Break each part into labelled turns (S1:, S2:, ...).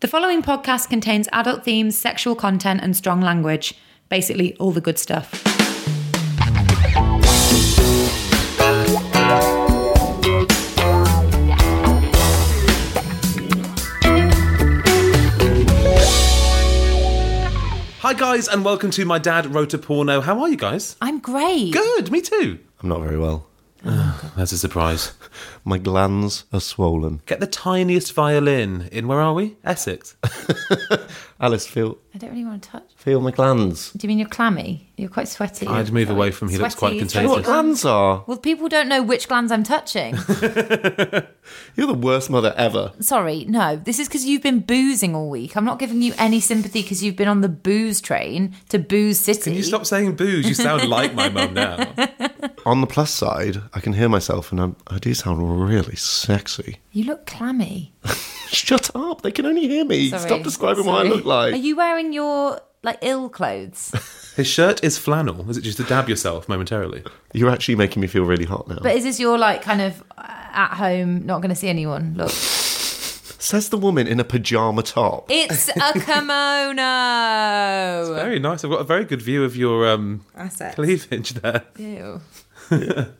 S1: The following podcast contains adult themes, sexual content, and strong language. Basically, all the good stuff.
S2: Hi guys, and welcome to My Dad Wrote a Porno. How are you guys?
S1: I'm great.
S2: Good, me too.
S3: I'm not very well.
S2: That's a surprise.
S3: My glands are swollen.
S2: Get the tiniest violin in. Where are we? Essex.
S3: Alice, feel
S1: I don't really want to touch.
S3: feel my glands.
S1: Do you mean you're clammy? You're quite sweaty.
S2: I'd move away from. He looks
S1: Sweaty,
S2: quite
S3: Do you know what
S2: contagious.
S3: glands are?
S1: Well, people don't know which glands I'm touching.
S3: You're the worst mother ever.
S1: Sorry, no. This is because you've been boozing all week. I'm not giving you any sympathy because you've been on the booze train to booze city.
S2: Can you stop saying booze? You sound like my mum now.
S3: On the plus side, I can hear myself, and I'm, I do sound really sexy.
S1: You look clammy.
S3: Shut up! They can only hear me.
S1: Sorry.
S3: Stop describing
S1: Sorry.
S3: what I look like.
S1: Are you wearing your like ill clothes?
S2: His shirt is flannel. Is it just to dab yourself momentarily?
S3: You're actually making me feel really hot now.
S1: but is this your like kind of uh, at home, not going to see anyone? Look,
S3: Says the woman in a pajama top.
S1: it's a kimono.
S2: Very nice. I've got a very good view of your um,
S1: Assets.
S2: cleavage there.
S1: Ew.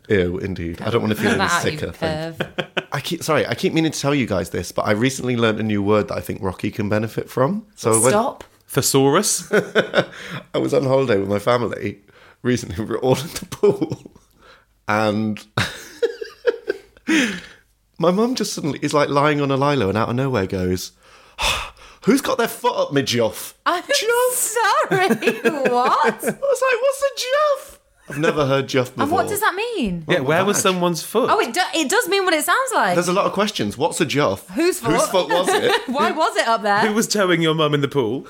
S3: Ew, indeed. I don't want to feel
S1: Cut
S3: any
S1: that out, you uh,
S3: sicker. thank-
S1: perv.
S3: I keep sorry. I keep meaning to tell you guys this, but I recently learned a new word that I think Rocky can benefit from. So when-
S1: Stop.
S2: Thesaurus.
S3: I was on holiday with my family recently. We were all at the pool, and my mum just suddenly is like lying on a lilo and out of nowhere goes, "Who's got their foot up my juff?" I
S1: I'm sorry. what?
S3: was like, "What's a juff?" I've never heard juff before.
S1: And what does that mean?
S2: yeah, where was
S3: gosh.
S2: someone's foot?
S1: Oh, it, do- it does mean what it sounds like.
S3: There's a lot of questions. What's a juff?
S1: Whose foot?
S3: Whose foot was it?
S1: Why was it up
S2: Who
S1: there?
S2: was towing your mum in the pool?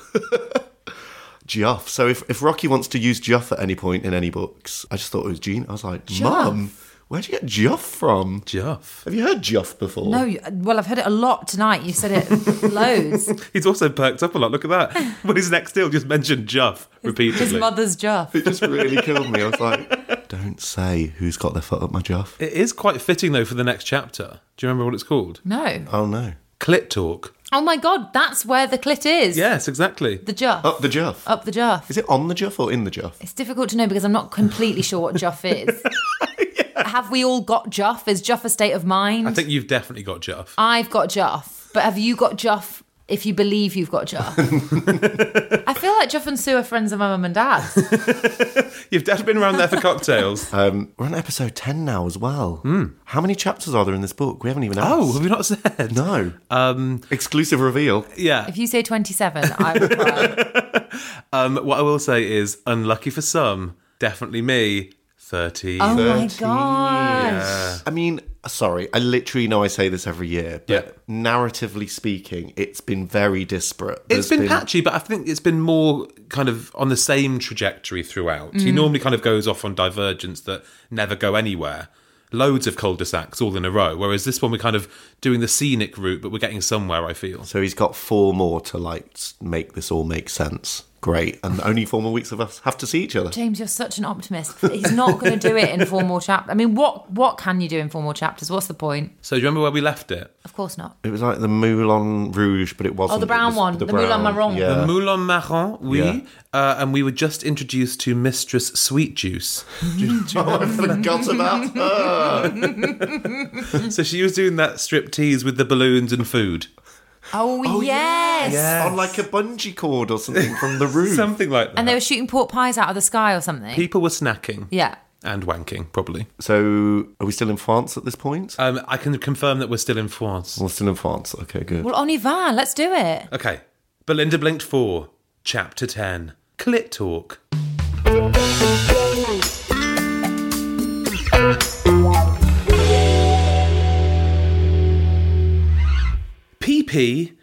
S3: juff. So if, if Rocky wants to use juff at any point in any books, I just thought it was Gene. I was like, "Mum, where'd you get juff from?"
S2: Juff.
S3: Have you heard juff before?
S1: No, you- well, I've heard it a lot tonight. You said it loads.
S2: He's also perked up a lot. Look at that. When his next deal just mentioned Juff repeatedly.
S1: His mother's Juff.
S3: It just really killed me. I was like, don't say who's got their foot up my juff.
S2: It is quite fitting though for the next chapter. Do you remember what it's called?
S1: No.
S3: Oh no.
S2: Clit talk.
S1: Oh my god, that's where the clit is.
S2: Yes, exactly.
S1: The Juff.
S3: Up the juff.
S2: Oh.
S1: Up the Juff.
S3: Oh. Is it on the juff or in the juff?
S1: It's difficult to know because I'm not completely sure what Juff is. Have we all got Juff? Is Juff a state of mind?
S2: I think you've definitely got Juff.
S1: I've got Juff, but have you got Juff if you believe you've got Juff? I feel like Juff and Sue are friends of my mum and dad.
S2: You've definitely been around there for cocktails.
S3: Um, we're on episode 10 now as well. How many chapters are there in this book? We haven't even asked.
S2: Hmm. oh, have we not said?
S3: no. Um, Exclusive reveal.
S2: Yeah.
S1: If you say 27, I will cry.
S2: Um, what I will say is, unlucky for some, definitely me, 30.
S1: Oh my
S3: 13.
S1: gosh.
S3: I mean, sorry, I literally know I say this every year, but
S2: Yeah.
S3: narratively speaking, it's been very disparate.
S2: It's
S3: There's
S2: been, patchy, but I think it's been more kind of on the same trajectory throughout. He normally kind of goes off on divergence that never go anywhere. Loads of cul-de-sacs all in a row, whereas this one we're kind of doing the scenic route, but we're getting somewhere, I feel.
S3: So he's got four more to like s- make this all make sense. Great. And only four more weeks of us have to see each other.
S1: James, you're such an optimist. He's not going to do it in four more chapters. I mean, what what can you do in four more chapters? What's the point?
S2: So do you remember where we left it?
S1: Of course not.
S3: It was like the Moulin Rouge, but it wasn't.
S1: Oh, the brown
S3: It was
S1: one, the Moulin
S3: brown-
S1: Marron.
S3: Yeah.
S2: The Moulin Marron, oui.
S3: Uh, Yeah.
S2: Uh, and we were just introduced to Mistress Sweet Juice. Do- do you
S3: I
S2: remember?
S3: forgot about her.
S2: so she was doing that strip tease with the balloons and food.
S1: Oh, yes.
S3: On like a bungee cord or something from the roof.
S2: Something like that.
S1: And they were shooting pork pies out of the sky or something.
S2: People were snacking
S1: yeah.
S2: and wanking, probably.
S3: So, are we still in France at this point?
S2: Um, I can confirm that we're still in France.
S3: We're still in France. Okay, good.
S1: Well, on y va. Let's do it.
S2: Okay. Belinda Blinked 4, Chapter 10 Clit Talk. PP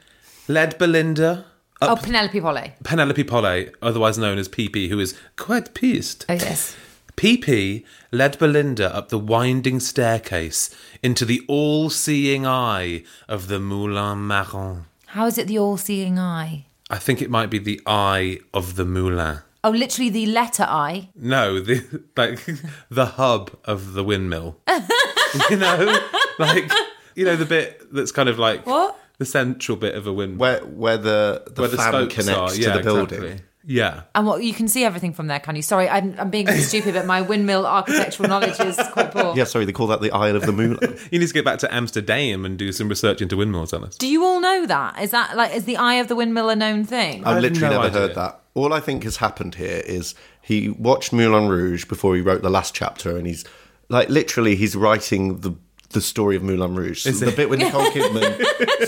S2: led Belinda
S1: Oh, Penelope Polly.
S2: Penelope Pollet, otherwise known as PP, who is quite pissed.
S1: Oh, yes.
S2: PP led Belinda up the winding staircase into the all seeing eye of the Moulin Marron.
S1: How is it the all seeing eye?
S2: I think it might be the eye of the Moulin.
S1: Oh, literally the letter I.
S2: No, the like the hub of the windmill. you know? Like you know the bit that's kind of like
S1: What?
S2: the central bit of a windmill.
S3: Where where the the
S2: where the
S3: fan
S2: spokes
S3: connects
S2: are. Yeah,
S3: to the building.
S2: exactly. Yeah.
S1: And what you can see everything from there, can you? Sorry, I'm, I'm being stupid, but my windmill architectural knowledge is quite poor.
S3: Yeah, sorry, they call that the Isle of the Moon.
S2: You need to get back to Amsterdam and do some research into windmills, Alice.
S1: Do you all know that? Is that like is the eye of the windmill a known thing?
S3: I've
S2: have
S3: literally
S2: no
S3: never
S2: idea.
S3: heard that. All I think has happened here is he watched Moulin Rouge before he wrote the last chapter, and he's like literally he's writing the the story of Moulin Rouge. So the bit where Nicole Kidman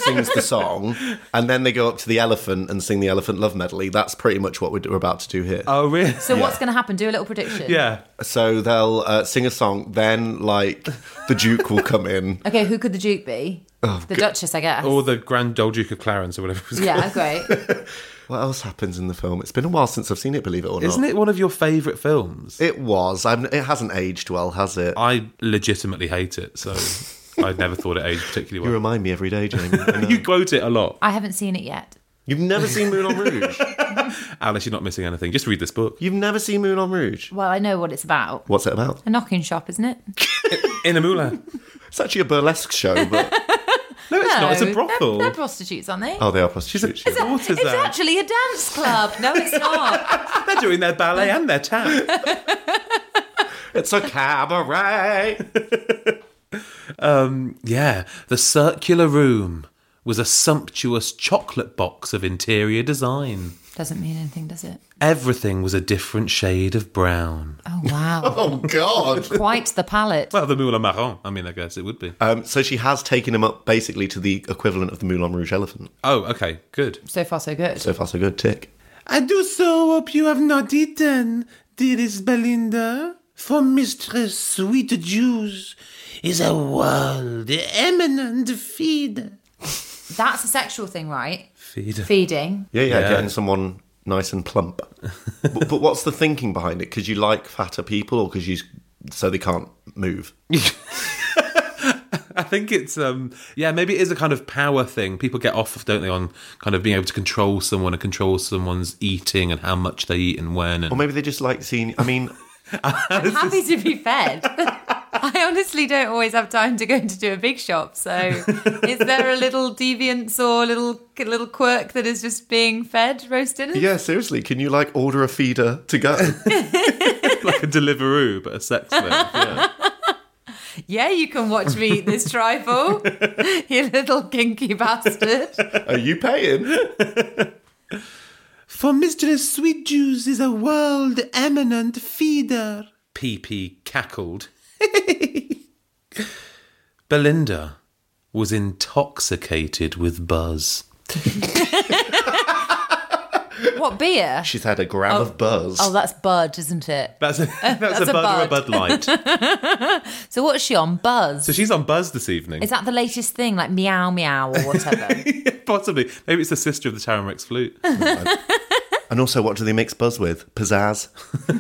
S3: sings the song, and then they go up to the elephant and sing the elephant love medley. That's pretty much what we're, we're about to do here.
S2: Oh really?
S1: so what's going to happen? Do a little prediction.
S2: yeah.
S3: So they'll uh, sing a song, then like the Duke will come in.
S1: Okay, who could the Duke be?
S2: Oh,
S1: the Duchess, I guess.
S2: Or the Grand Old Duke of Clarence or whatever it was
S1: yeah, great.
S3: What else happens in the film? It's been a while since I've seen it. Believe it or not,
S2: Isn't it one of your favourite films?
S3: It was. I'm, it hasn't aged well, has it?
S2: I legitimately hate it, so I never thought it aged particularly
S3: You
S2: well.
S3: remind me every day, Jamie. I know.
S2: You quote it a lot.
S1: I haven't seen it yet.
S3: You've never seen Moulin Rouge.
S2: Alice, you're not missing anything. Just read this book.
S3: You've never seen Moulin Rouge.
S1: Well, I know what it's about.
S3: What's it about?
S1: A knocking shop, isn't it?
S2: In a moulin.
S3: It's actually a burlesque show, but
S2: No, it's not. It's a
S1: they're-
S2: brothel. Oh,
S1: They're, prostitutes, aren't they?
S3: oh, they are
S2: She's a
S3: prostitutes.
S2: she's a daughter's
S1: it's
S2: there.
S1: actually a dance club. No, it's not.
S2: They're doing their ballet and their tap.
S3: It's a cabaret.
S2: Um, Yeah. The circular room was a sumptuous chocolate box of interior design.
S1: Doesn't mean anything, does it?
S2: Everything was a different shade of brown.
S1: Oh wow,
S3: oh God.
S1: quite the palette.
S2: Well, the Moulin Marron. I mean, I guess it would be.
S3: Um, so she has taken him up basically to the equivalent of the Moulin Rouge elephant.
S2: Oh, okay. Good.
S1: So far, so good.
S3: So far, so good. Tick.
S2: I do so hope you have not eaten, dearest Belinda, for Mistress Sweet Juice is a world eminent feed.
S1: That's a sexual thing, right?
S2: Feed.
S1: Feeding.
S3: Yeah, yeah,
S2: Yeah.
S3: getting someone nice and plump. but, but what's the thinking behind it? Because you like fatter people, or because you so they can't move?
S2: I think it's um yeah maybe it is a kind of power thing. People get off, don't they, on kind of being able to control someone and control someone's eating and how much they eat and when.
S3: Or
S2: And
S3: maybe they just like seeing. I mean,
S1: I'm happy to be fed. I honestly don't always have time to go into do a big shop. So, is there a little deviance or little little quirk that is just being fed roast dinner?
S3: yeah, seriously, can you like order a feeder to go?
S2: like a Deliveroo, but a sex thing. Yeah.
S1: Yeah, you can watch me eat this trifle, you little kinky bastard.
S3: Are you paying?
S2: For Mistress Sweet Juice is a world eminent feeder. PP cackled. Belinda was intoxicated with buzz.
S1: What beer?
S3: She's had a gram of buzz.
S1: Oh, that's Bud, isn't it?
S2: That's a, that's a,
S1: a
S2: bud, or a
S1: bud.
S2: Bud Light.
S1: So, what's she on? Buzz.
S2: so she's on Buzz this evening.
S1: Is that the latest thing, like meow meow or whatever?
S2: Possibly. Maybe it's the sister of the Taramex flute.
S3: And also, what do they mix buzz with? Pizzazz,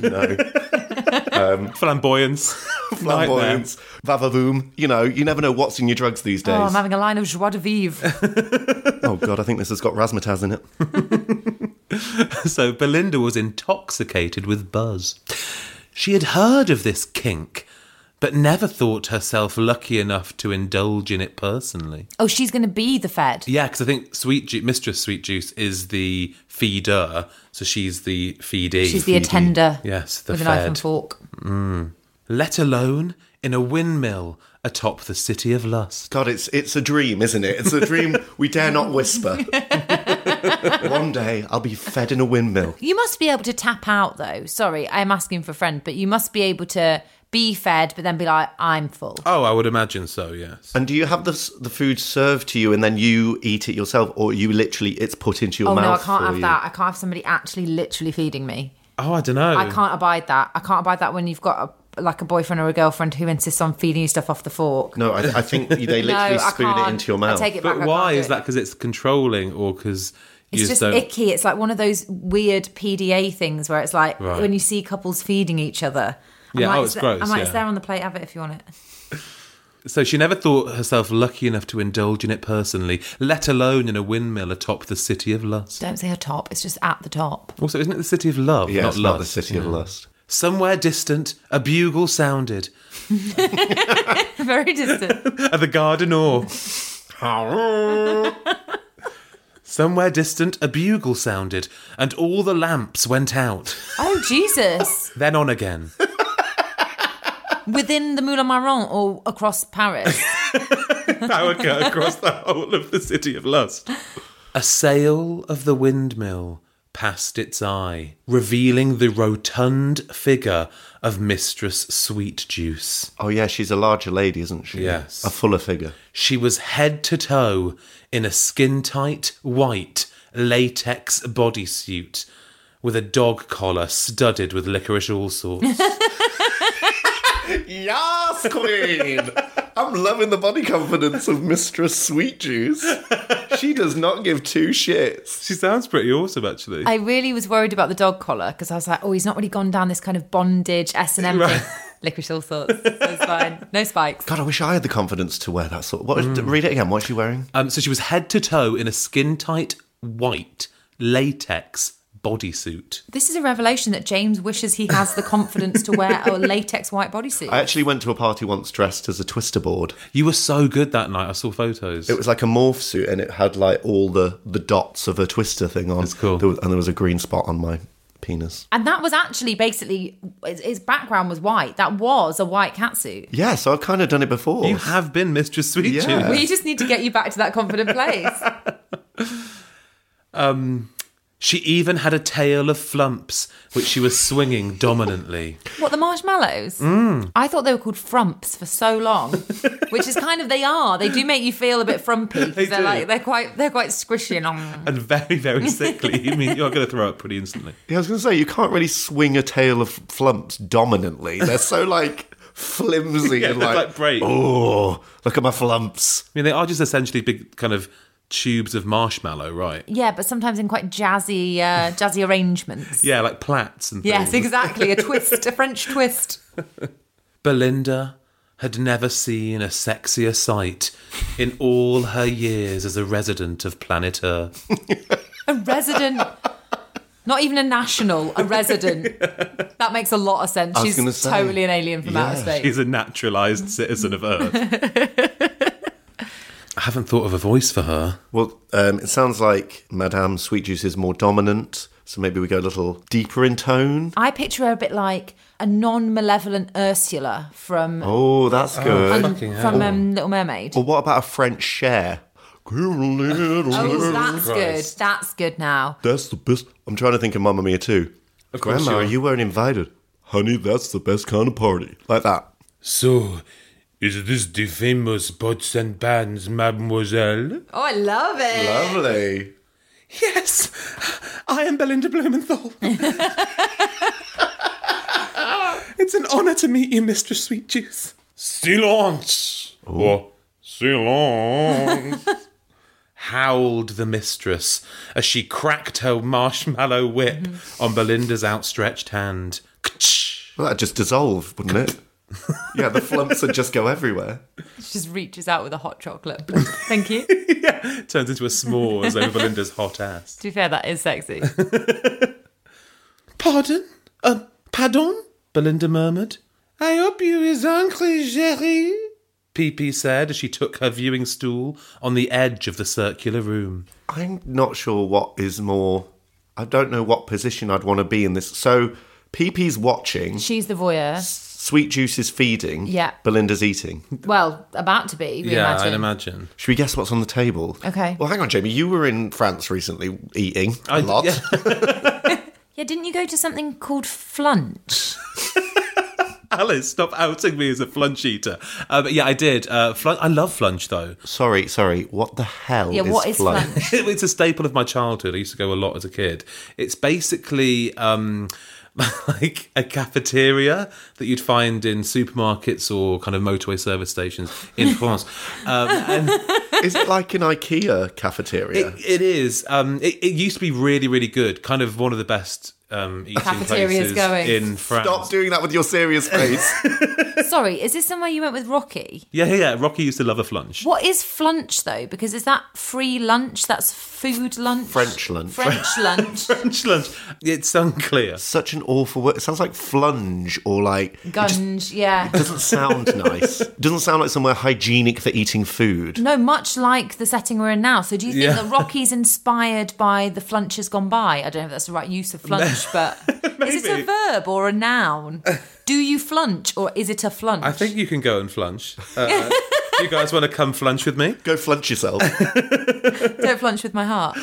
S3: you know,
S2: Flamboyance.
S3: flamboyance, vavavoom. You know, you never know what's in your drugs these days.
S1: oh,
S3: Oh,
S1: I'm having a line of joie de vivre.
S3: god, I think this has got razzmatazz in it.
S2: So Belinda was intoxicated with buzz. She had heard of this kink, but never thought herself lucky enough to indulge in it personally.
S1: Oh, she's going to be the fed.
S2: Yeah, because I think Sweet Ju- Mistress Sweet Juice is the feeder, so she's the feedee.
S1: She's the attender
S2: Yes, the
S1: with a
S2: fed.
S1: knife and fork.
S2: Let alone in a windmill atop the city of lust.
S3: God, it's it's a dream, isn't it? It's a dream we dare not whisper. One day I'll be fed in a windmill.
S1: You must be able to tap out, though. Sorry, I'm asking for a friend, but you must be able to be fed, but then be like, I'm full.
S2: Oh, I would imagine so. Yes.
S3: And do you have the s- the food served to you and then you eat it yourself, or you literally it's put into your
S1: Oh, no, I
S3: mouth?
S1: can't
S3: for
S1: have
S3: you?
S1: that. I can't have somebody actually literally feeding me.
S2: Oh, I don't know.
S1: I can't abide that. I can't abide that when you've got a like a boyfriend or a girlfriend who insists on feeding you stuff off the fork.
S3: No, I, I think they
S1: No,
S3: literally
S1: I
S3: spoon it
S1: can't.
S3: into your
S1: I
S3: mouth.
S1: take it back.
S2: But
S1: I
S2: why
S1: can't do
S2: is
S1: it.
S2: that? Because it's controlling, or because you
S1: It's
S2: just,
S1: just
S2: don't?
S1: icky. It's like one of those weird PDA things where it's like
S2: Right.
S1: when you see couples feeding each other. I'm
S2: Yeah,
S1: like,
S2: oh, it's
S1: th-
S2: gross,
S1: I'm like,
S2: yeah.
S1: it's there on the plate. Have it if you want it.
S2: So she never thought herself lucky enough to indulge in it personally, let alone in a windmill atop the city of lust.
S1: Don't say a top. It's just at the top.
S2: Also, isn't it the city of love,
S3: yeah,
S2: not
S3: it's
S2: lust?
S3: not the city of lust. Mm.
S2: Somewhere distant, a bugle sounded
S1: Very distant.
S2: at the garden oar. Somewhere distant, a bugle sounded, and all the lamps went out.
S1: oh Jesus!
S2: Then on again.
S1: Within the Moulin Marron or across Paris.
S2: power cut across the whole of the city of lust. A sail of the windmill passed its eye, revealing the rotund figure of Mistress Sweet Juice.
S3: Oh yeah, she's a larger lady, isn't she?
S2: Yes.
S3: a fuller figure.
S2: She was head to toe in a skin tight white latex bodysuit with a dog collar studded with licorice all sorts.
S3: Yes, queen. I'm loving the body confidence of Mistress Sweet Juice. She does not give two shits.
S2: she sounds pretty awesome, actually.
S1: I really was worried about the dog collar because I was like, oh, he's not really gone down this kind of bondage S and M thing. Licorice all sorts. So it's fine. No spikes.
S3: God, I wish I had the confidence to wear that sort. What? Read it again. What's she wearing?
S2: Um, so she was head to toe in a skin tight white latex bodysuit.
S1: This is a revelation that James wishes he has the confidence to wear a latex white bodysuit.
S3: I actually went to a party once dressed as a twister board.
S2: You were so good that night. I saw photos.
S3: It was like a morph suit, and it had like all the the dots of a twister thing on.
S2: That's cool.
S3: There was, and there was a green spot on my penis.
S1: And that was actually basically his- his background was white. That was a white catsuit.
S3: Yeah, so I've kind of done it before.
S2: you have been Mistress Sweet
S3: Yeah.
S2: Tooth.
S1: We just need to get you back to that confident place.
S2: She even had a tail of flumps, which she was swinging dominantly.
S1: What the marshmallows? I thought they were called frumps for so long, which is kind of they are. They do make you feel a bit frumpy
S2: They
S1: because they're
S2: do.
S1: like they're quite they're quite squishy and um,
S2: And very, very sickly. I mean, you're going to throw up pretty instantly.
S3: Yeah, I was going to say you can't really swing a tail of flumps dominantly. They're so like flimsy
S2: Yeah,
S3: and
S2: they're
S3: like,
S2: like braids.
S3: oh, look at my flumps.
S2: I mean, they are just essentially big kind of tubes of marshmallow, right?
S1: yeah, but sometimes in quite jazzy uh, jazzy arrangements.
S2: Yeah, like plaits and things.
S1: Yes, exactly. A twist, a French twist.
S2: Belinda had never seen a sexier sight in all her years as a resident of planet Earth.
S1: A resident. Not even a national, a resident. That makes a lot of sense.
S3: was
S1: She's
S3: gonna say.
S1: totally an alien from outer
S3: Yeah.
S1: space.
S2: He's a naturalized citizen of Earth. I haven't thought of a voice for her.
S3: Well, um, it sounds like Madame Sweet Juice is more dominant, so maybe we go a little deeper in tone.
S1: I picture her a bit like a non-malevolent Ursula from
S3: Oh, that's good.
S2: Fucking hell.
S1: from um, Little Mermaid.
S3: well, what about a French share?
S1: Oh, that's
S2: Christ.
S1: good. That's good now.
S3: That's the best. I'm trying to think of Mamma Mia too. Of
S2: course
S3: Grandma,
S2: you are.
S3: weren't invited. Honey, that's the best kind of party. Like that.
S2: So, is this the famous pots and pans, mademoiselle?
S1: Oh, I love
S2: Eh.
S1: it.
S3: Lovely.
S2: Yes, I am Belinda Blumenthal. it's an honour to meet you, Mistress Sweet Juice. Silence! Or silence! Howled the mistress as she cracked her marshmallow whip on Belinda's outstretched hand. Ktsch.
S3: Well, that'd just dissolve, wouldn't it? yeah, the flumps would just go everywhere.
S1: She just reaches out with a hot chocolate. Thank you. to
S2: Turns into a s'mores over Belinda's hot ass.
S1: be fair, that is sexy.
S2: Pardon? Uh, pardon? Belinda murmured. I hope you is hungry, Jerry. Pee said as she took her viewing stool on the edge of the circular room.
S3: I'm not sure what is more. I don't know what position I'd want to be in this. So, PP's watching,
S1: She's the voyeur.
S3: Sweet Juice is feeding,
S1: Yeah.
S3: Belinda's eating.
S1: Well, about to be. We
S2: yeah,
S1: imagine.
S2: I'd imagine.
S3: Should we guess what's on the table?
S1: Okay.
S3: Well, hang on, Jamie. You were in France recently eating a lot.
S2: yeah.
S1: Yeah, didn't you go to something called flunch?
S2: Alice, stop outing me as a flunch eater. Uh, but yeah, I did. Uh, flun- I love flunch, though.
S3: Sorry, sorry. What the hell
S1: Yeah,
S3: is,
S1: what is
S3: flunch?
S1: flunch?
S2: it's a staple of my childhood. I used to go a lot as a kid. It's basically um, like a cafeteria that you'd find in supermarkets or kind of motorway service stations in France. Um, and
S3: Is it like an IKEA cafeteria?
S2: it, it is. Um, it, it used to be really, really good. Kind of one of the best um, eating
S1: Cafeterias
S2: places
S1: going.
S2: in France.
S3: Stop doing that with your serious face.
S1: Sorry, is this somewhere you went with Rocky?
S2: Yeah, yeah, yeah. Rocky used to love a flunch.
S1: What is flunch though? Because is that free lunch? That's food lunch.
S3: French lunch.
S1: French lunch.
S2: French lunch. It's unclear.
S3: Such an awful word. It sounds like flunge or like. it just
S1: Gunge. Yeah.
S3: doesn't sound nice. doesn't sound like somewhere hygienic for eating food.
S1: No, much like the setting we're in now. So, do you think
S2: Yeah.
S1: the Rocky's inspired by the flunch has gone by? I don't know if that's the right use of flunch, but is it a
S2: Maybe.
S1: verb or a noun? Do you flunch or is it a flunch?
S2: I think you can go and flunch. Uh, do you guys want to come flunch with me?
S3: Go flunch yourself.
S1: don't flunch with my heart.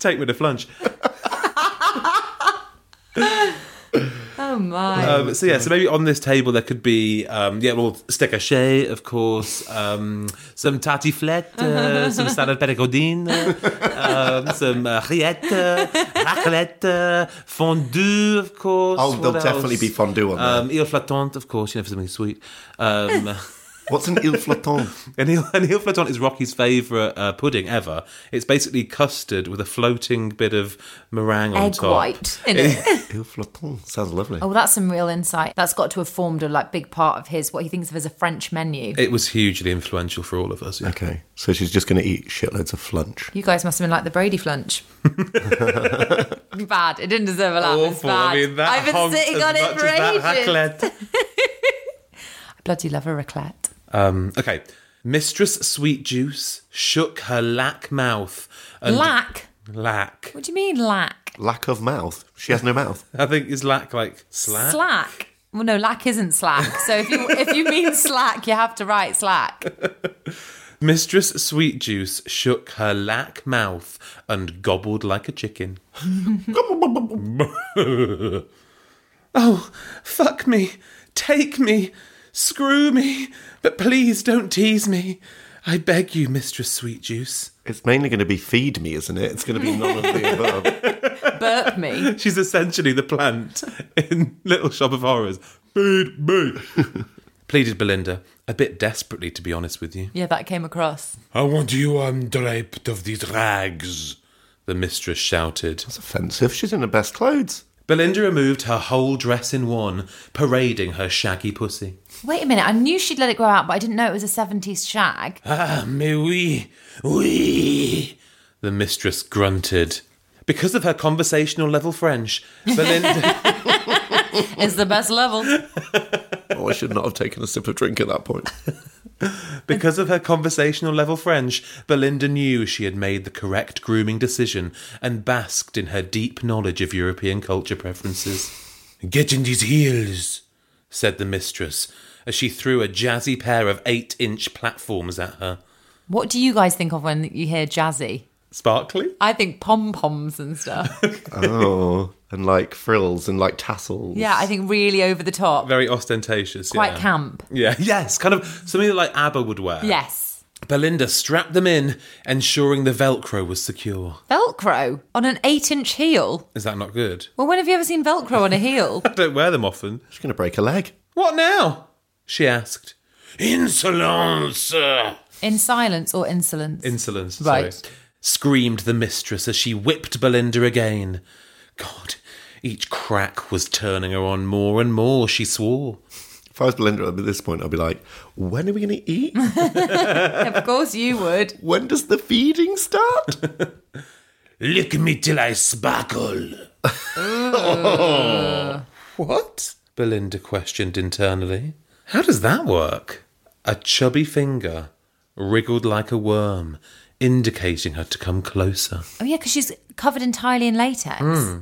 S2: Take me to flunch.
S1: Oh my!
S2: Um, so yeah, so maybe on this table there could be um, yeah, well, steak haché, of course, um, some tartiflette, uh, some salad pericodine, um, some uh, rillette, raclette, uh, fondue, of course.
S3: Oh, there'll
S2: What
S3: definitely be fondue on there.
S2: Um, Eel flottante, of course, you know, for something sweet. Um,
S3: What's an il flottant?
S2: An eel, an eel flottante is Rocky's favourite uh, pudding ever. It's basically custard with a floating bit of meringue on
S1: Egg
S2: top.
S1: white. In it.
S3: Il flottant sounds lovely.
S1: Oh, that's some real insight. That's got to have formed a like big part of his what he thinks of as a French menu.
S2: It was hugely influential for all of us. yeah.
S3: Okay, so she's just going to eat shitloads of flunch.
S1: You guys must have been like the Brady flunch. bad. It didn't deserve a laugh. It's
S2: Awful.
S1: bad.
S2: I mean, that
S1: have been
S2: honked
S1: sitting
S2: as
S1: on it
S2: much
S1: for
S2: as that
S1: ages.
S2: raclette.
S1: Bloody love a raclette.
S2: Um, okay. Mistress Sweet Juice shook her lack mouth. And
S1: Lack.
S2: Lack.
S1: What do you mean lack?
S3: Lack of mouth. She has no mouth.
S2: I think is lack like slack?
S1: Slack. Well, no, lack isn't slack. So if you if you mean slack, you have to write slack.
S2: Mistress Sweet Juice shook her lack mouth and gobbled like a chicken. oh, fuck me. Take me. Screw me. But please don't tease me. I beg you, Mistress Sweet Juice.
S3: It's mainly going to be feed me, isn't it? It's going to be none of the above.
S1: Burp me.
S2: She's essentially the plant in Little Shop of Horrors. Feed me. Pleaded Belinda, a bit desperately, to be honest with you.
S1: Yeah, that came across.
S2: I want you undraped of these rags, the mistress shouted.
S3: It's offensive. She's in her best clothes.
S2: Belinda removed her whole dress in one, parading her shaggy pussy.
S1: Wait a minute. I knew she'd let it grow out, but I didn't know it was a seventies shag.
S2: Ah, mais oui, oui, the mistress grunted. Because of her conversational level French, Belinda.
S1: It's the best level.
S3: Oh, I should not have taken a sip of drink at that point.
S2: Because of her conversational level French, Belinda knew she had made the correct grooming decision and basked in her deep knowledge of European culture preferences. Get in these heels, said the mistress as she threw a jazzy pair of eight inch platforms at her.
S1: What do you guys think of when you hear jazzy?
S2: Sparkly?
S1: I think pom poms and stuff.
S3: Oh, and like frills and like tassels.
S1: Yeah, I think really over the top.
S2: Very ostentatious.
S1: Quite
S2: yeah.
S1: camp.
S2: Yeah, yes, kind of something that like ABBA would wear.
S1: Yes.
S2: Belinda strapped them in, ensuring the Velcro was secure.
S1: Velcro on an eight inch heel.
S2: Is that not good?
S1: Well, when have you ever seen Velcro on a heel?
S2: I don't wear them often.
S3: She's going to break a leg.
S2: What now? she asked. Insolence!
S1: In silence or insolence?
S2: Insolence,
S1: Right.
S2: sorry. Screamed the mistress as she whipped Belinda again. God, each crack was turning her on more and more, she swore.
S3: If I was Belinda at this point, I'd be like, when are we going to eat?
S1: of course you would.
S3: When does the feeding start?
S2: Lick me till I sparkle. what? Belinda questioned internally. How does that work? A chubby finger wriggled like a worm, indicating her to come closer.
S1: Oh, yeah, because she's covered entirely in latex.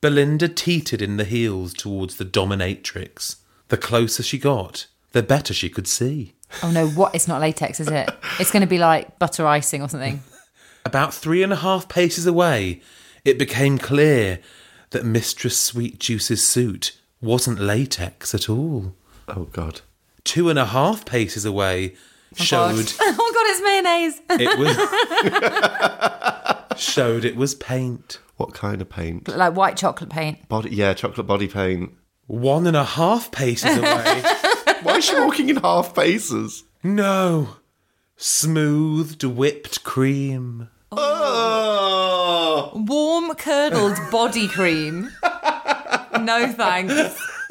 S2: Belinda teetered in the heels towards the dominatrix. The closer she got, the better she could see.
S1: Oh, no, what? It's not latex, is it? It's going to be like butter icing or something.
S2: About three and a half paces away, it became clear that Mistress Sweet Juice's suit wasn't latex at all.
S3: oh, God.
S2: Two and a half paces away
S1: God.
S2: showed
S1: oh, God, it's mayonnaise.
S2: it was. showed it was paint.
S3: What kind of paint?
S1: like white chocolate paint.
S3: Body, yeah, chocolate body paint.
S2: One and a half paces away.
S3: Why is she walking in half paces?
S2: no. Smoothed whipped cream.
S3: Oh,
S1: Warm curdled body cream. No thanks.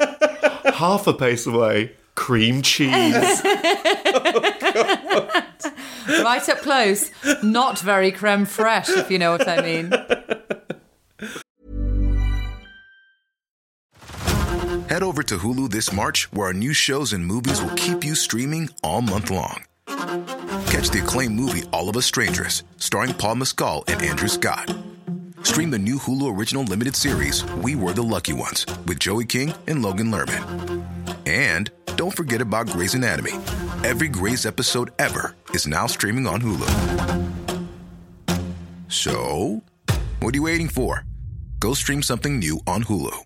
S3: Ah! half a pace away. Cream cheese.
S1: Right up close. Not very creme fraiche, if you know what I mean.
S4: Head over to Hulu this March, where our new shows and movies will keep you streaming all month long. Catch the acclaimed movie All of Us Strangers, starring Paul Mescal and Andrew Scott. Stream the new Hulu original limited series We Were the Lucky Ones with Joey King and Logan Lerman. And don't forget about Grey's Anatomy. Every Grey's episode ever is now streaming on Hulu. So, what are you waiting for? Go stream something new on Hulu.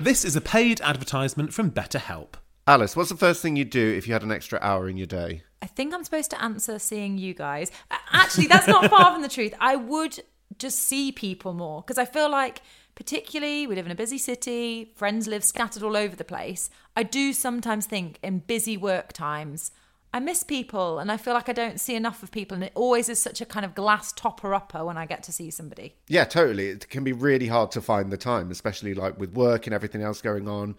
S2: This is a paid advertisement from BetterHelp.
S3: Alice, what's the first thing you'd do if you had an extra hour in your day?
S1: I think I'm supposed to answer seeing you guys. A- Actually, that's not far from the truth. I would just see people more because I feel like, particularly, we live in a busy city, friends live scattered all over the place. I do sometimes think in busy work times, I miss people and I feel like I don't see enough of people. And it always is such a kind of glass topper upper when I get to see somebody.
S3: Yeah, totally. It can be really hard to find the time, especially like with work and everything else going on.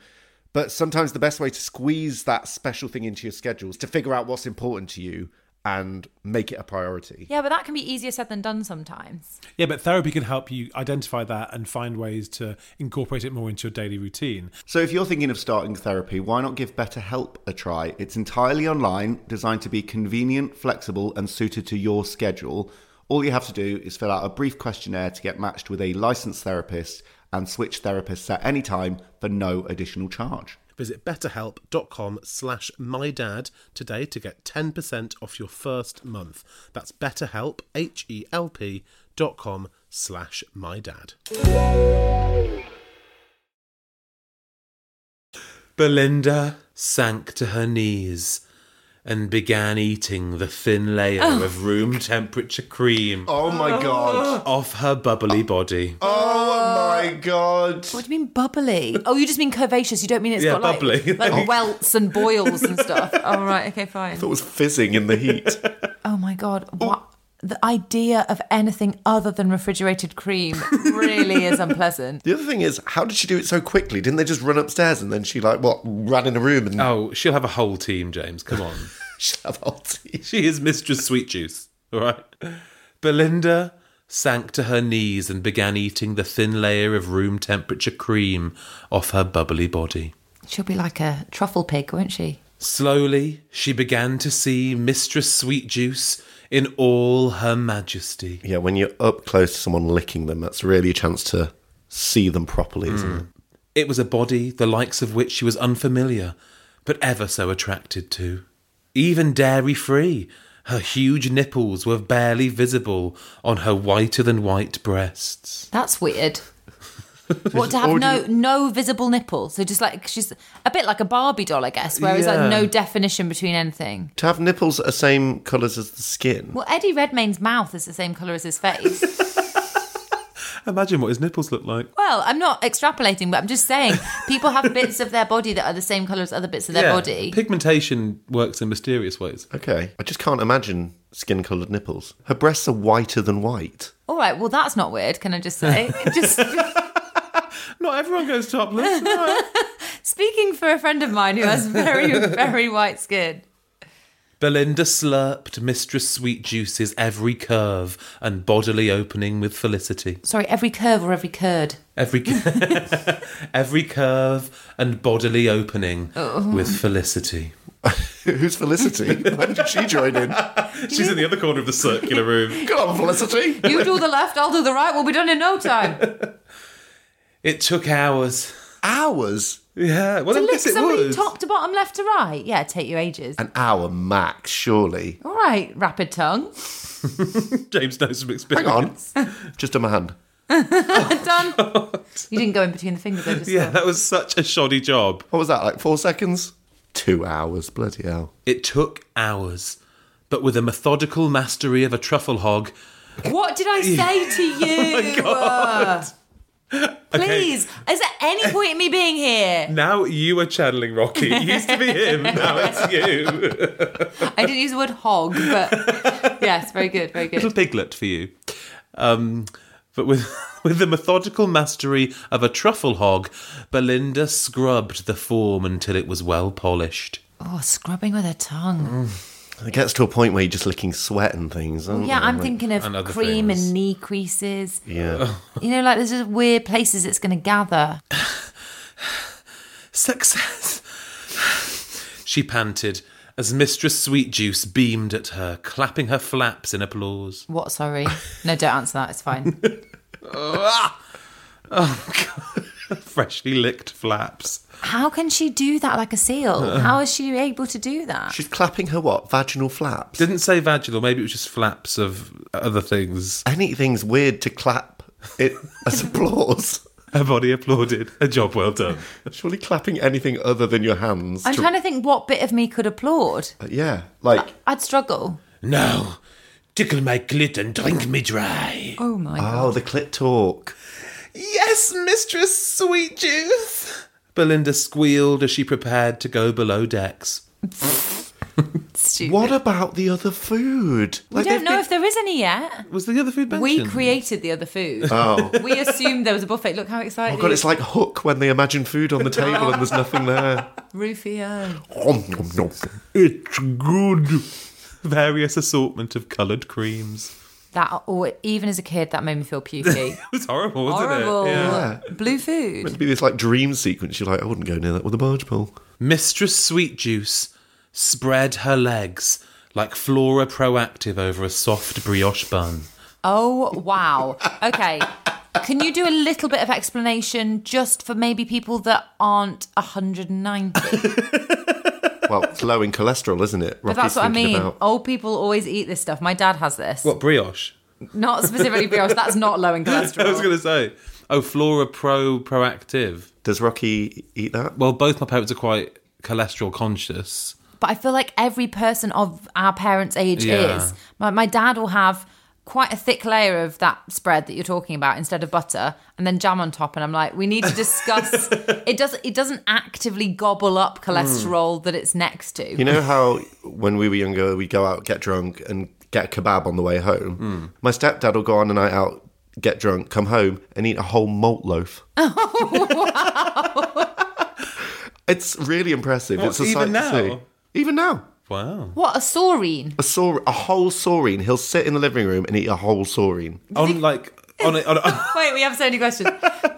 S3: But sometimes the best way to squeeze that special thing into your schedule is to figure out what's important to you and make it a priority.
S1: Yeah, but that can be easier said than done sometimes.
S5: Yeah, but therapy can help you identify that and find ways to incorporate it more into your daily routine.
S3: So if you're thinking of starting therapy, why not give BetterHelp a try? It's entirely online, designed to be convenient, flexible, and suited to your schedule. All you have to do is fill out a brief questionnaire to get matched with a licensed therapist and switch therapists at any time for no additional charge.
S2: Visit betterhelp.com slash mydad today to get 10% off your first month. That's betterhelp, H-E-L-P dot com slash mydad. Belinda sank to her knees and began eating the thin layer of room temperature cream
S3: Oh my god.
S2: off her bubbly body.
S3: Oh my god.
S1: What do you mean bubbly? Oh, you just mean curvaceous. You don't mean it's
S2: Yeah,
S1: got like,
S2: bubbly.
S1: like welts and boils and stuff. oh, right. Okay, fine.
S3: That was fizzing in the heat.
S1: Oh my god! What the idea of anything other than refrigerated cream really is unpleasant.
S3: the other thing is, how did she do it so quickly? Didn't they just run upstairs and then she like what ran in a room and
S2: Oh, she'll have a whole team, James. Come on.
S3: she have all tea?
S2: She is Mistress Sweet Juice, all right? Belinda sank to her knees and began eating the thin layer of room temperature cream off her bubbly body.
S1: She'll be like a truffle pig, won't she?
S2: Slowly, she began to see Mistress Sweet Juice in all her majesty.
S3: Yeah, when you're up close to someone licking them, that's really a chance to see them properly, isn't it?
S2: It was a body the likes of which she was unfamiliar, but ever so attracted to. Even dairy free, her huge nipples were barely visible on her whiter than white breasts.
S1: That's weird. What to have no no visible nipple? So just like she's a bit like a Barbie doll, I guess, where it's
S2: Yeah.
S1: like no definition between anything.
S3: To have nipples that are same colours as the skin.
S1: Well, Eddie Redmayne's mouth is the same colour as his face.
S2: Imagine what his nipples look like.
S1: well, I'm not extrapolating, but I'm just saying people have bits of their body that are the same colour as other bits of their body.
S2: Pigmentation works in mysterious ways.
S3: Okay. I just can't imagine skin coloured nipples. Her breasts are whiter than white.
S1: All right, well that's not weird. Can I just say? just
S2: Not everyone goes topless. right?
S1: Speaking for a friend of mine who has very, very white skin.
S2: Belinda slurped Mistress Sweet Juice's every curve and bodily opening with felicity.
S1: Sorry, every curve or every curd.
S2: Every every curve and bodily opening
S1: Oh.
S2: with felicity.
S3: Who's Felicity? when did she join in?
S2: She's in the other corner of the circular room.
S3: Come on, Felicity.
S1: You do the left, I'll do the right. We'll be done in no time.
S2: It took hours.
S3: Hours.
S2: Yeah, well,
S1: To
S2: I
S1: lick
S2: guess it
S1: somebody
S2: was.
S1: top to bottom, left to right. Yeah, it'd take you ages.
S3: An hour max, surely.
S1: All right, rapid tongue.
S2: James knows from experience.
S3: Hang on. just a man.
S1: Done. You didn't go in between the fingers. I just
S2: Yeah,
S1: thought.
S2: that was such a shoddy job.
S3: What was that, like four seconds? Two hours. Bloody hell.
S2: It took hours. but with a methodical mastery of a truffle hog.
S1: What did I say to you? Please, is there any point in me being here?
S2: Now you are channeling Rocky. It used to be him, now it's you.
S1: I didn't use the word hog, but yes, very good, very
S2: Little
S1: good.
S2: piglet for you. Um, but with with the methodical mastery of a truffle hog, Belinda scrubbed the form until it was well polished.
S1: Oh, scrubbing with a tongue.
S6: It gets to a point where you're just licking sweat and things. aren't
S1: Yeah,
S6: you?
S1: I'm
S6: Like-
S1: thinking
S2: And
S1: of
S2: other
S1: cream
S2: things.
S1: and knee creases.
S6: Yeah.
S1: You know, like there's just weird places it's going to gather.
S2: Success! she panted as Mistress Sweet Juice beamed at her, clapping her flaps in applause.
S1: What? Sorry. No, don't answer that. It's fine.
S2: Freshly licked flaps.
S1: How can she do that like a seal? How is she able to do that?
S6: She's clapping her what? Vaginal flaps.
S2: Didn't say vaginal, maybe it was just flaps of other things.
S6: Anything's weird to clap it as applause.
S2: Her body applauded. A job well done.
S6: Surely clapping anything other than your hands.
S1: I'm
S6: to-
S1: trying to think what bit of me could applaud.
S6: yeah, like
S1: I'd struggle.
S2: Now, tickle my clit and drink me dry.
S1: Oh my
S6: oh, the clit talk.
S2: Yes, Mistress Sweet Juice! Belinda squealed as she prepared to go below decks.
S1: stupid.
S6: What about the other food?
S1: we
S6: Like
S1: don't
S6: they've
S1: know
S6: been-
S1: if there is any yet.
S2: Was the other food mentioned?
S1: We created the other food.
S6: Oh.
S1: We assumed there was a buffet. Look how excited.
S6: Oh god, it's like Hook when they imagine food on the table and there's nothing there.
S1: Rufio.
S6: Om, nom, nom.
S2: It's good. Various assortment of coloured creams.
S1: That oh, even as a kid, that made me feel pukey.
S2: It was horrible, wasn't
S1: Horrible.
S2: it?
S1: Blue food.
S6: It'd be this like dream sequence. You're like, I wouldn't go near that with a barge pole.
S2: Mistress Sweet Juice spread her legs like Flora Proactive over a soft brioche bun.
S1: Oh wow. Okay. Can you do a little bit of explanation just for maybe people that aren't 190?
S6: Well, it's low in cholesterol, isn't it?
S1: But that's what I mean. Old people always eat this stuff. My dad has this.
S2: What, brioche?
S1: Not specifically brioche. That's not low in cholesterol.
S2: I was going to say. Oh, Flora Pro Proactive.
S6: Does Rocky eat that?
S2: Well, both my parents are quite cholesterol conscious.
S1: but I feel like every person of our parents' age
S2: Yeah.
S1: is. My, my dad will have quite a thick layer of that spread that you're talking about instead of butter, and then jam on top. And I'm like, we need to discuss. it does. It doesn't actively gobble up cholesterol
S2: Hmm.
S1: that it's next to.
S6: You know how when we were younger, we'd go out, get drunk, and get a kebab on the way
S2: Hmm.
S6: home? My stepdad will go on a night out, get drunk, come home, and eat a whole malt loaf. Oh,
S1: Oh,
S6: it's really impressive. it's a
S2: even
S6: sight to
S2: now?
S6: see. Even now.
S2: Wow.
S1: what a saurine!
S6: A, saur- a whole saurine. He'll sit in the living room and eat a whole saurine.
S2: On like on, a, on a,
S1: Wait, we have so many questions.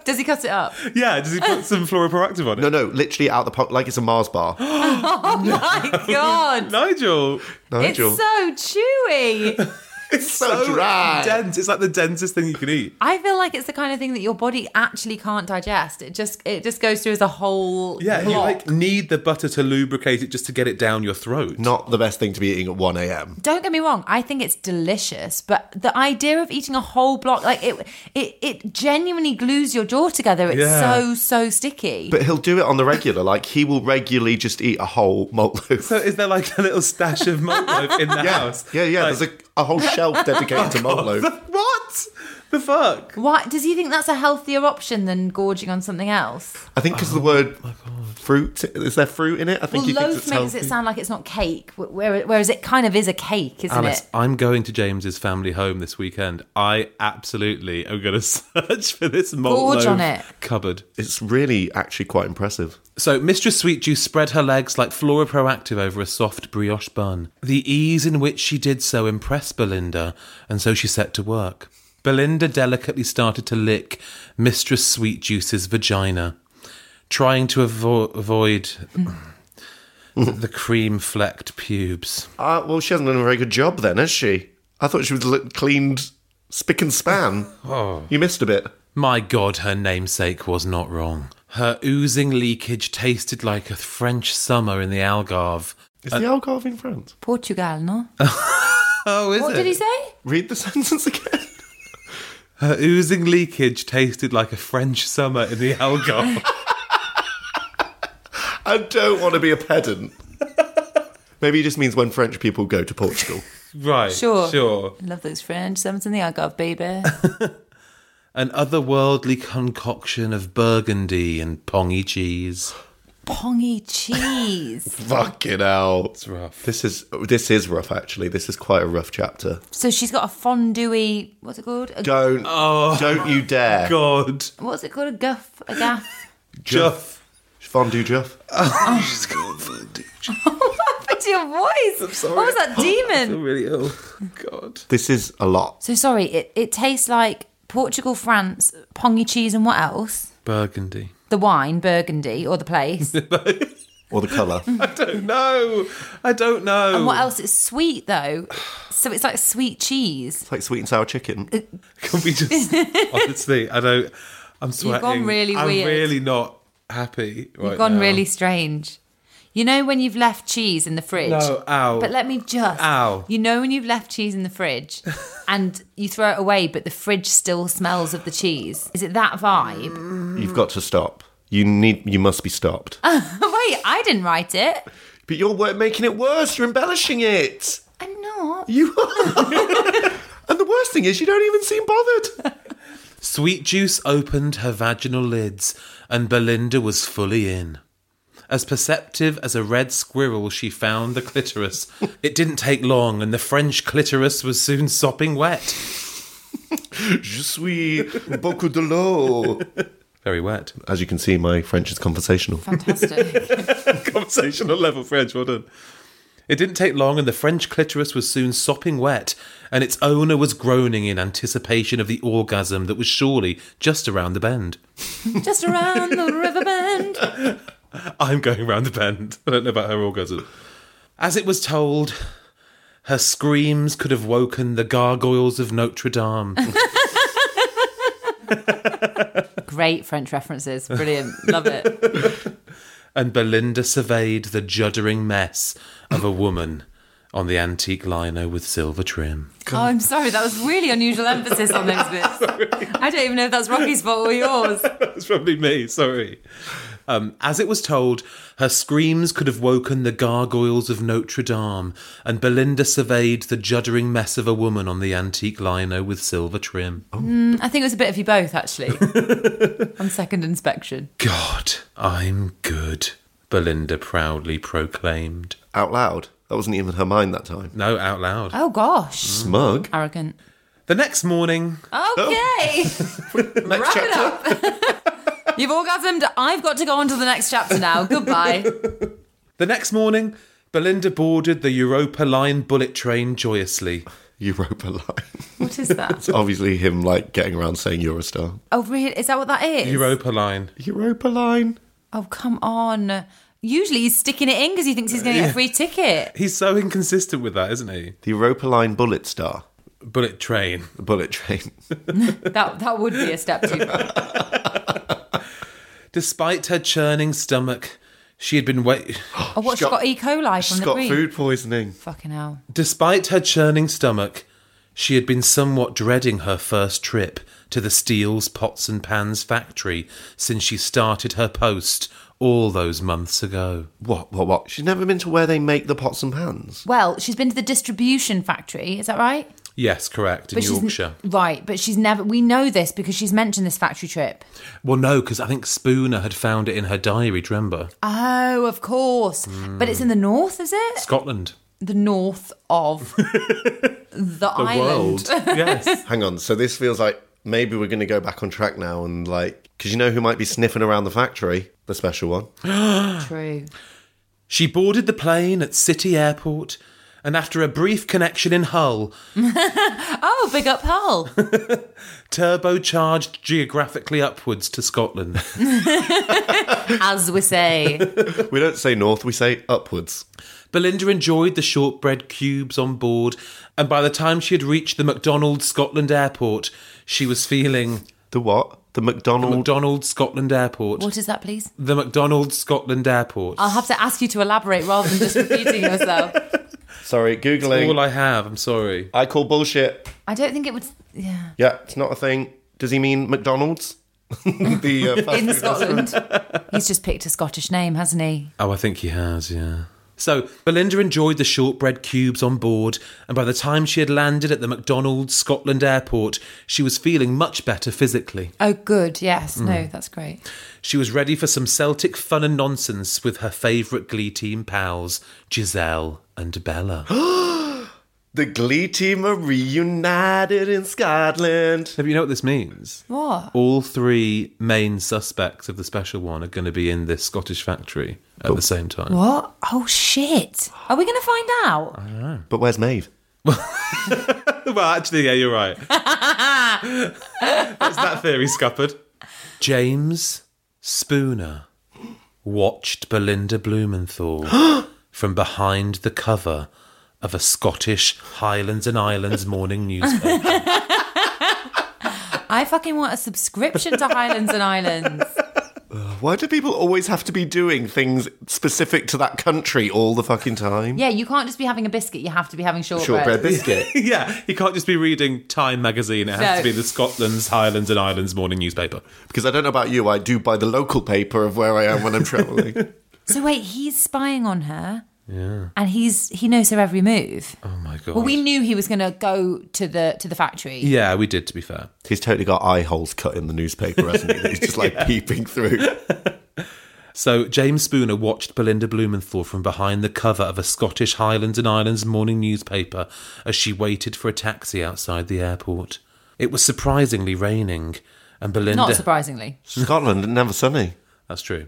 S1: Does he cut it up?
S2: yeah. Does he put some Flora Proactive on it?
S6: No, no, literally out the pot, like it's a Mars bar.
S1: Oh my god!
S2: Nigel,
S1: It's
S6: Nigel.
S1: so chewy.
S6: It's so, dry.
S2: dense. It's like the densest thing you can eat.
S1: I feel like it's the kind of thing that your body actually can't digest. It just it just goes through as a whole
S2: Yeah,
S1: block.
S2: you like need the butter to lubricate it just to get it down your throat.
S6: Not the best thing to be eating at 1 a.m.
S1: Don't get me wrong, I think it's delicious, but the idea of eating a whole block like it it it genuinely glues your jaw together. It's
S2: Yeah.
S1: so so sticky.
S6: But he'll do it on the regular. Like he will regularly just eat a whole malt loaf.
S2: So is there like a little stash of malt loaf in the house?
S6: Yeah, yeah.
S2: Like,
S6: there's a, a whole shelf dedicated to malt loaf.
S2: what the fuck?
S1: why does he think that's a healthier option than gorging on something else?
S6: I think because the word
S2: Oh
S6: fruit is there fruit in it. I think
S1: Well,
S6: he thinks
S1: loaf
S6: it's
S1: makes
S6: healthy.
S1: it sound like it's not cake, wh- where- whereas it kind of is a cake, isn't
S2: Alice,
S1: it?
S2: I'm going to James's family home this weekend. I absolutely am going to search for this malt
S1: Gorge
S2: loaf
S1: on it.
S2: cupboard.
S6: it's really actually quite impressive.
S2: So, Mistress Sweet Juice spread her legs like Flora Proactive over a soft brioche bun. The ease in which she did so impressed Belinda, and so she set to work. Belinda delicately started to lick Mistress Sweet Juice's vagina, trying to avo- avoid the cream flecked pubes.
S6: Uh, well, she hasn't done a very good job then, has she? I thought she was li- cleaned spick and span.
S2: Oh.
S6: You missed a bit.
S2: My God, her namesake was not wrong. Her oozing leakage tasted like a French summer in the Algarve.
S6: Is the Algarve in France?
S1: Portugal, no?
S2: Oh, is
S1: What did he say?
S6: Read the sentence again.
S2: Her oozing leakage tasted like a French summer in the Algarve.
S6: I don't want to be a pedant. Maybe it just means when French people go to Portugal.
S2: Right.
S1: Sure.
S2: Sure.
S1: I love those French. Something's in the Algarve, baby.
S2: An otherworldly concoction of burgundy and pongy cheese.
S1: Pongy cheese.
S6: Fucking hell.
S2: It's rough.
S6: This is this is rough actually. This is quite a rough chapter.
S1: So she's got a fondue. What's it called? A,
S6: Don't don't you dare.
S2: God.
S1: what's it called? A guff. A gaff.
S2: Juff.
S6: Fondue Jeff.
S1: What's your voice? What was that demon?
S2: really ill. God.
S6: This is a lot.
S1: so sorry. It it tastes like Portugal, France, pongy cheese, and what else?
S2: Burgundy.
S1: The wine, Burgundy, or the place.
S6: Or the colour.
S2: Don't know. I don't know.
S1: And what else? It's sweet though. So it's like sweet cheese.
S6: It's like sweet and sour chicken.
S2: Can we just honestly? I don't. I'm sweating.
S1: gone really
S2: I'm
S1: weird.
S2: really not happy. Right
S1: You've gone
S2: now.
S1: really strange. You know when you've left cheese in the fridge.
S2: No. Ow.
S1: But let me just.
S2: Ow.
S1: You know when you've left cheese in the fridge and you throw it away, but the fridge still smells of the cheese. Is it that vibe?
S6: You've got to stop. You need you must be stopped.
S1: Wait, I didn't write it.
S6: But you're wor- making it worse. You're embellishing it.
S1: I'm not.
S6: You are. and the worst thing is you don't even seem bothered.
S2: Sweet juice opened her vaginal lids, and Belinda was fully in. As perceptive as a red squirrel, she found the clitoris. it didn't take long, and the French clitoris was soon sopping wet.
S6: Je suis beaucoup de l'eau.
S2: Very wet.
S6: As you can see, my French is conversational.
S1: Fantastic.
S2: Conversational level French, well done. It didn't take long, and the French clitoris was soon sopping wet, and its owner was groaning in anticipation of the orgasm that was surely just around the bend.
S1: Just around the river bend.
S2: I'm going round the bend. I don't know about her orgasm. As it was told, her screams could have woken the gargoyles of Notre Dame.
S1: Great French references. Brilliant. Love it.
S2: and Belinda surveyed the juddering mess of a woman on the antique lino with silver trim.
S1: Oh, I'm sorry. That was really unusual emphasis on those bits. I don't even know if that's Rocky's fault or yours.
S2: That's probably me, sorry. Um, as it was told, her screams could have woken the gargoyles of Notre Dame, and Belinda surveyed the juddering mess of a woman on the antique lino with silver trim.
S1: I think it was a bit of you both, actually. on second inspection.
S2: God, I'm good, Belinda proudly proclaimed.
S6: Out loud. That wasn't even her mind that time.
S2: No, out loud.
S1: Oh, gosh.
S6: Smug.
S1: Arrogant.
S2: The next morning,
S1: Okay. Wrap it up. You've orgasmed. I've got to go on to the next chapter now. Goodbye.
S2: the next morning, Belinda boarded the Europa Line bullet train joyously.
S6: Europa line.
S1: What is that?
S6: It's obviously him like getting around saying Eurostar.
S1: Oh, really? Is that what that is?
S2: Europa Line.
S6: Europa line.
S1: Oh, come on. Usually he's sticking it in because he thinks he's going to get a free ticket.
S2: He's so inconsistent with that, isn't he?
S6: The Europa line bullet star.
S2: Bullet train.
S6: The bullet train.
S1: That that would be a step too far.
S2: Despite her churning stomach, she had been wait.
S1: Oh, what? She's
S6: She's
S1: got,
S6: got-
S1: E. coli from
S6: She's
S1: the
S6: got
S1: green.
S6: food poisoning.
S1: Fucking hell.
S2: Despite her churning stomach, she had been somewhat dreading her first trip to the Steele's Pots and Pans factory since she started her post all those months ago.
S6: What, what, what? She's never been to where they make the pots and pans.
S1: Well, she's been to the distribution factory. Is that right?
S2: Yes, correct, in
S1: she's-
S2: Yorkshire.
S1: Right, but she's never. We know this because she's mentioned this factory trip.
S2: Well, no, because I think Spooner had found it in her diary, do you remember?
S1: Oh, of course. But it's in the north, is it?
S2: Scotland.
S1: The north of the, island.
S2: yes.
S6: Hang on. So this feels like maybe we're going to go back on track now and like, because you know who might be sniffing around the factory? The special one.
S1: True.
S2: She boarded the plane at City Airport, and after a brief connection in Hull,
S1: Oh, big up Hull.
S2: turbocharged geographically upwards to Scotland.
S1: as we say.
S6: We don't say north, we say upwards.
S2: Belinda enjoyed the shortbread cubes on board, and by the time she had reached the McDonald's Scotland Airport, she was feeling
S6: The what? The McDonald.
S2: McDonald's Scotland Airport.
S1: What Ah. is that, please?
S2: The McDonald's Scotland Airport.
S1: I'll have to ask you to elaborate rather than just repeating yourself.
S6: Sorry,
S2: All
S6: Googling.
S2: I have, I'm sorry.
S6: I call bullshit.
S1: I don't think it would. Yeah.
S6: Yeah, it's not a thing. Does he mean McDonald's? the uh, fast
S1: In Scotland. He's just picked a Scottish name, hasn't he?
S2: Oh, I think he has, yeah. So Belinda enjoyed the shortbread cubes on board, and by the time she had landed at the McDonald's Scotland airport, she was feeling much better physically.
S1: Oh, good. Yes. No, that's great.
S2: She was ready for some Celtic fun and nonsense with her favourite Glee team pals, Giselle and Bella.
S6: The Glee team are reunited in Scotland.
S2: So you know what this means?
S1: What?
S2: All three main suspects of the special one are going to be in this Scottish factory at the same time.
S1: What? Oh, shit. Are we going to find out?
S6: But where's Maeve?
S2: well, actually, yeah, you're right. That's that theory scuppered. James Spooner watched Belinda Blumenthal from behind the cover of a Scottish Highlands and Islands morning newspaper.
S1: I fucking want a subscription to Highlands and Islands.
S6: Why do people always have to be doing things specific to that country all the fucking time?
S1: Yeah, you can't just be having a biscuit. You have to be having shortbread.
S6: Shortbread biscuit.
S2: yeah, you can't just be reading Time magazine. It has
S1: No.
S2: to be the Scotland's Highlands and Islands morning newspaper.
S6: because I don't know about you, I do buy the local paper of where I am when I'm traveling.
S1: So wait, he's spying on her. Yeah. And he's he knows her every move.
S2: Oh my god.
S1: Well, we knew he was going to go to the to the factory.
S2: yeah, we did. To be fair.
S6: He's totally got eye holes cut in the newspaper, hasn't he? That He's just like peeping through.
S2: So James Spooner watched Belinda Blumenthal from behind the cover of a Scottish Highlands and Islands morning newspaper as she waited for a taxi outside the airport. It was surprisingly raining, and uh, Belinda
S1: Not surprisingly.
S6: Scotland and never sunny.
S2: That's true.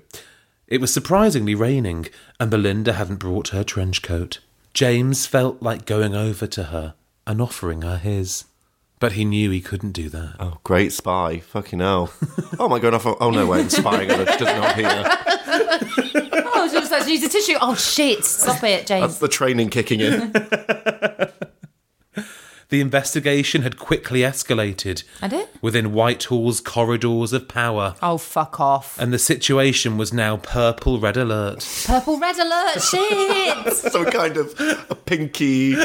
S2: It was surprisingly raining, and Belinda hadn't brought her trench coat. James felt like going over to her and offering her his. But he knew he couldn't do that.
S6: Oh, great spy. Fucking hell. Oh my god, I thought, oh no, wait, I'm spying on her. She doesn't know I'm here.
S1: Oh, she was like, use a tissue. Oh shit! Stop it,
S6: That's
S1: James.
S6: the training kicking in.
S2: The investigation had quickly escalated
S1: And it?
S2: within Whitehall's corridors of power,
S1: Oh fuck off!
S2: and the situation was now purple red alert.
S1: Purple red alert. Shit.
S6: Some kind of a pinky,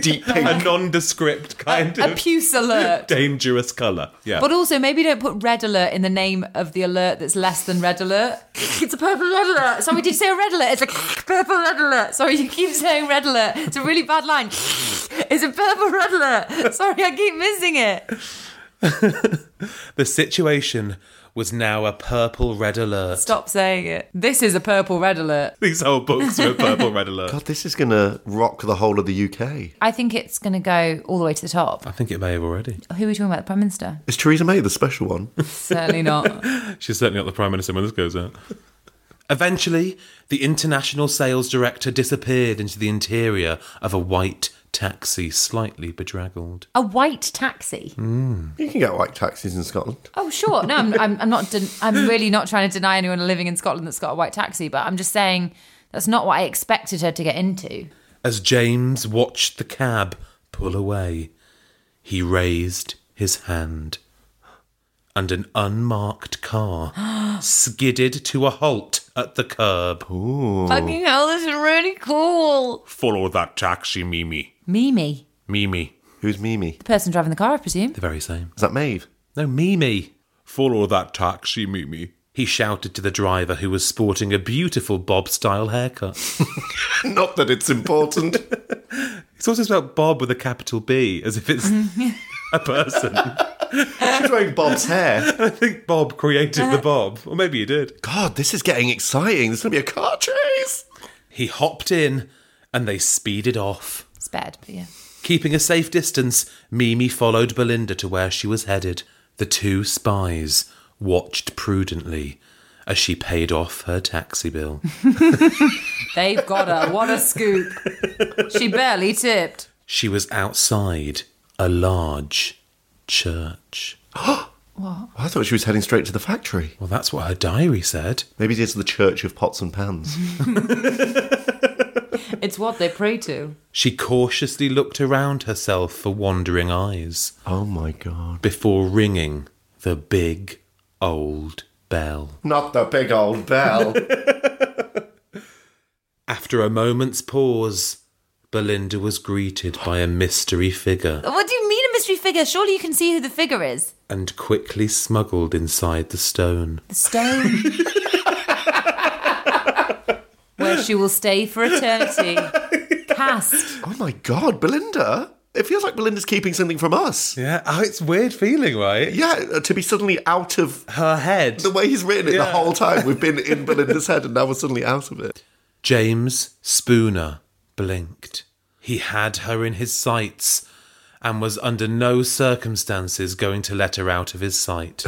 S6: deep
S2: a
S6: pink.
S2: nondescript kind
S1: a
S2: of
S1: puce alert.
S2: dangerous colour. Yeah.
S1: But also, maybe don't put red alert in the name of the alert that's less than red alert. It's a purple red alert. Sorry, did you say a red alert? It's like purple red alert. Sorry, you keep saying red alert. It's a really bad line. It's a purple red alert. Sorry, I keep missing it.
S2: the situation was now a purple red alert.
S1: Stop saying it. This is a purple red alert.
S2: These whole books were purple red alert.
S6: God, this is going to rock the whole of the UK.
S1: I think it's going to go all the way to the top.
S2: I think it may have already.
S1: Who are we talking about? The Prime Minister?
S6: Is Theresa May the special one?
S1: Certainly not.
S2: She's certainly not the Prime Minister when this goes out. Eventually, the international sales director disappeared into the interior of a white taxi, slightly bedraggled.
S1: A white taxi.
S6: You can get white taxis in Scotland.
S1: Oh, sure. No, I'm, I'm, I'm not. Den- I'm really not trying to deny anyone living in Scotland that's got a white taxi, but I'm just saying that's not what I expected her to get into.
S2: As James watched the cab pull away, he raised his hand, and an unmarked car skidded to a halt at the curb.
S1: Fucking hell, this is really cool.
S2: Follow that taxi, Mimi.
S1: Mimi,
S2: Mimi.
S6: Who's Mimi?
S1: the person driving the car, I presume.
S2: The very same.
S6: Is that Maeve?
S2: No, Mimi. Follow that taxi, Mimi. He shouted to the driver who was sporting a beautiful bob style haircut.
S6: Not that it's important.
S2: It's also spelled Bob with a capital B, as if it's a person.
S6: She's wearing Bob's hair.
S2: I think Bob created the Bob. Or maybe he did.
S6: God, this is getting exciting. There's going to be a car chase.
S2: He hopped in and they speeded off.
S1: It's bad, but yeah.
S2: Keeping a safe distance, Mimi followed Belinda to where she was headed. The two spies watched prudently as she paid off her taxi bill.
S1: They've got her. What a scoop. She barely tipped.
S2: She was outside a large church.
S6: I thought she was heading straight to the factory.
S2: Well, that's what her diary said.
S6: Maybe it is the Church of Pots and Pans.
S1: It's what they pray to.
S2: She cautiously looked around herself for wandering eyes
S6: oh my God.
S2: before ringing the big old bell.
S6: Not the big old bell.
S2: After a moment's pause, Belinda was greeted by a mystery figure
S1: What do you mean a mystery figure? Surely you can see who the figure is.
S2: and quickly smuggled inside the stone.
S1: The stone. where she will stay for eternity. Cast.
S6: Oh my God, Belinda! It feels like Belinda's keeping something from us.
S2: Yeah, oh, it's weird feeling, right?
S6: Yeah, uh, to be suddenly out of
S2: Her head.
S6: the way he's written it the
S2: Yeah.
S6: whole time. We've been in Belinda's head and now we're suddenly out of it.
S2: James Spooner blinked. He had her in his sights and was under no circumstances going to let her out of his sight.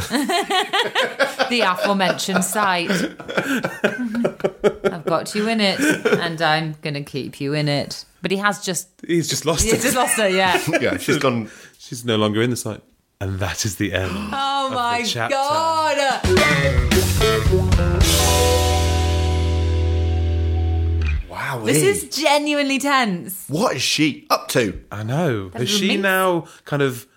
S1: The aforementioned sight. I've got you in it, and I'm gonna keep you in it. But he has just
S2: He's just lost
S1: he's just lost her, yeah.
S6: Yeah, she's gone.
S2: She's no longer in the sight. And that is the end.
S1: Oh my
S2: chapter.
S1: god.
S6: Wow.
S1: This is genuinely tense.
S6: What is she up to?
S2: I know. Has
S1: was
S2: she
S1: amazing.
S2: now kind of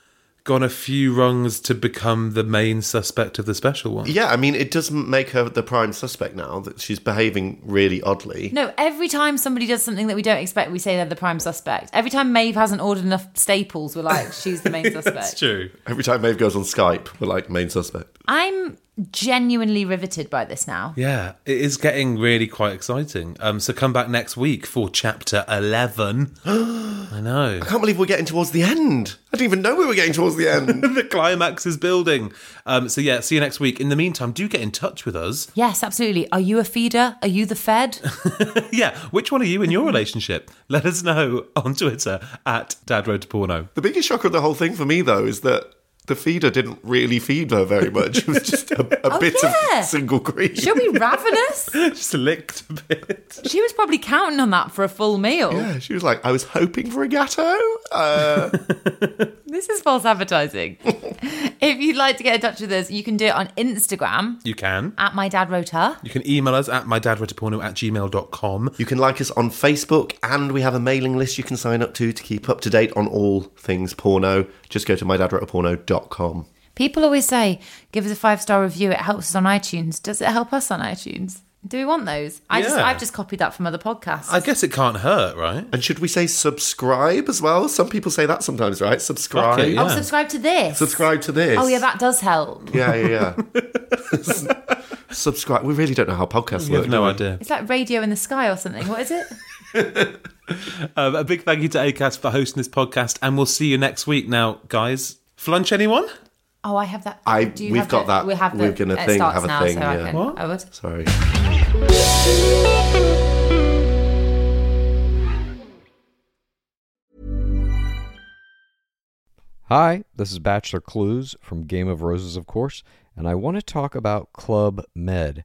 S2: gone a few rungs to become the main suspect of the special one?
S6: Yeah, I mean, it doesn't make her the prime suspect now that she's behaving really oddly.
S1: No, every time somebody does something that we don't expect, we say they're the prime suspect. Every time Maeve hasn't ordered enough staples, we're like, she's the main suspect.
S2: That's true.
S6: Every time Maeve goes on Skype, we're like, main suspect.
S1: I'm genuinely riveted by this now.
S2: Yeah, it is getting really quite exciting. Um, so come back next week for chapter 11. I know.
S6: I can't believe we're getting towards the end. I didn't even know we were getting towards the end.
S2: the climax is building. Um, so yeah, see you next week. In the meantime, do get in touch with us.
S1: Yes, absolutely. Are you a feeder? Are you the fed?
S2: Yeah, which one are you in your relationship? Let us know on Twitter at Dad Road to Porno.
S6: the biggest shocker of the whole thing for me, though, is that the feeder didn't really feed her very much. It was just a, a bit
S1: Oh, yeah.
S6: of single cream.
S1: She'll be ravenous.
S2: Just licked a bit.
S1: She was probably counting on that for a full meal.
S6: Yeah, she was like, I was hoping for a gatto. Uh,
S1: This is false advertising. if you'd like to get in touch with us, you can do it on Instagram
S2: You can.
S1: at my dad wrote her.
S2: You can email us at mydadroadtoporno at gmail.com.
S6: You can like us on Facebook, and we have a mailing list you can sign up to to keep up to date on all things porno. Just go to mydadwroteaporno.com.
S1: People always say, give us a five star review. It helps us on iTunes. Does it help us on iTunes? Do we want those? I just,
S2: Yeah.
S1: I've just copied that from other podcasts.
S2: I guess it can't hurt, right?
S6: And should we say subscribe as well? Some people say that sometimes, right? Subscribe.
S2: Fuck it, yeah.
S1: oh, subscribe to this.
S6: Subscribe to this.
S1: Oh, yeah, that does help.
S6: Yeah, yeah, yeah. subscribe. We really don't know how podcasts
S2: We
S6: work.
S2: have no
S6: do we?
S2: idea.
S1: It's like radio in the sky or something. What is it?
S2: Um, a big thank you to ACAS for hosting this podcast, and we'll see you next week. Now, guys, flunch anyone?
S1: Oh, I have that.
S6: I-
S1: Do you
S6: we've
S1: have
S6: got
S1: the-
S6: that.
S1: We have the,
S6: We're gonna
S1: it
S6: thing-
S1: starts
S6: have a
S1: now,
S6: thing,
S1: So I
S6: yeah.
S1: can,
S2: What?
S1: I would.
S6: Sorry.
S7: Hi, this is Bachelor Clues from Game of Roses, of course, and I want to talk about Club Med.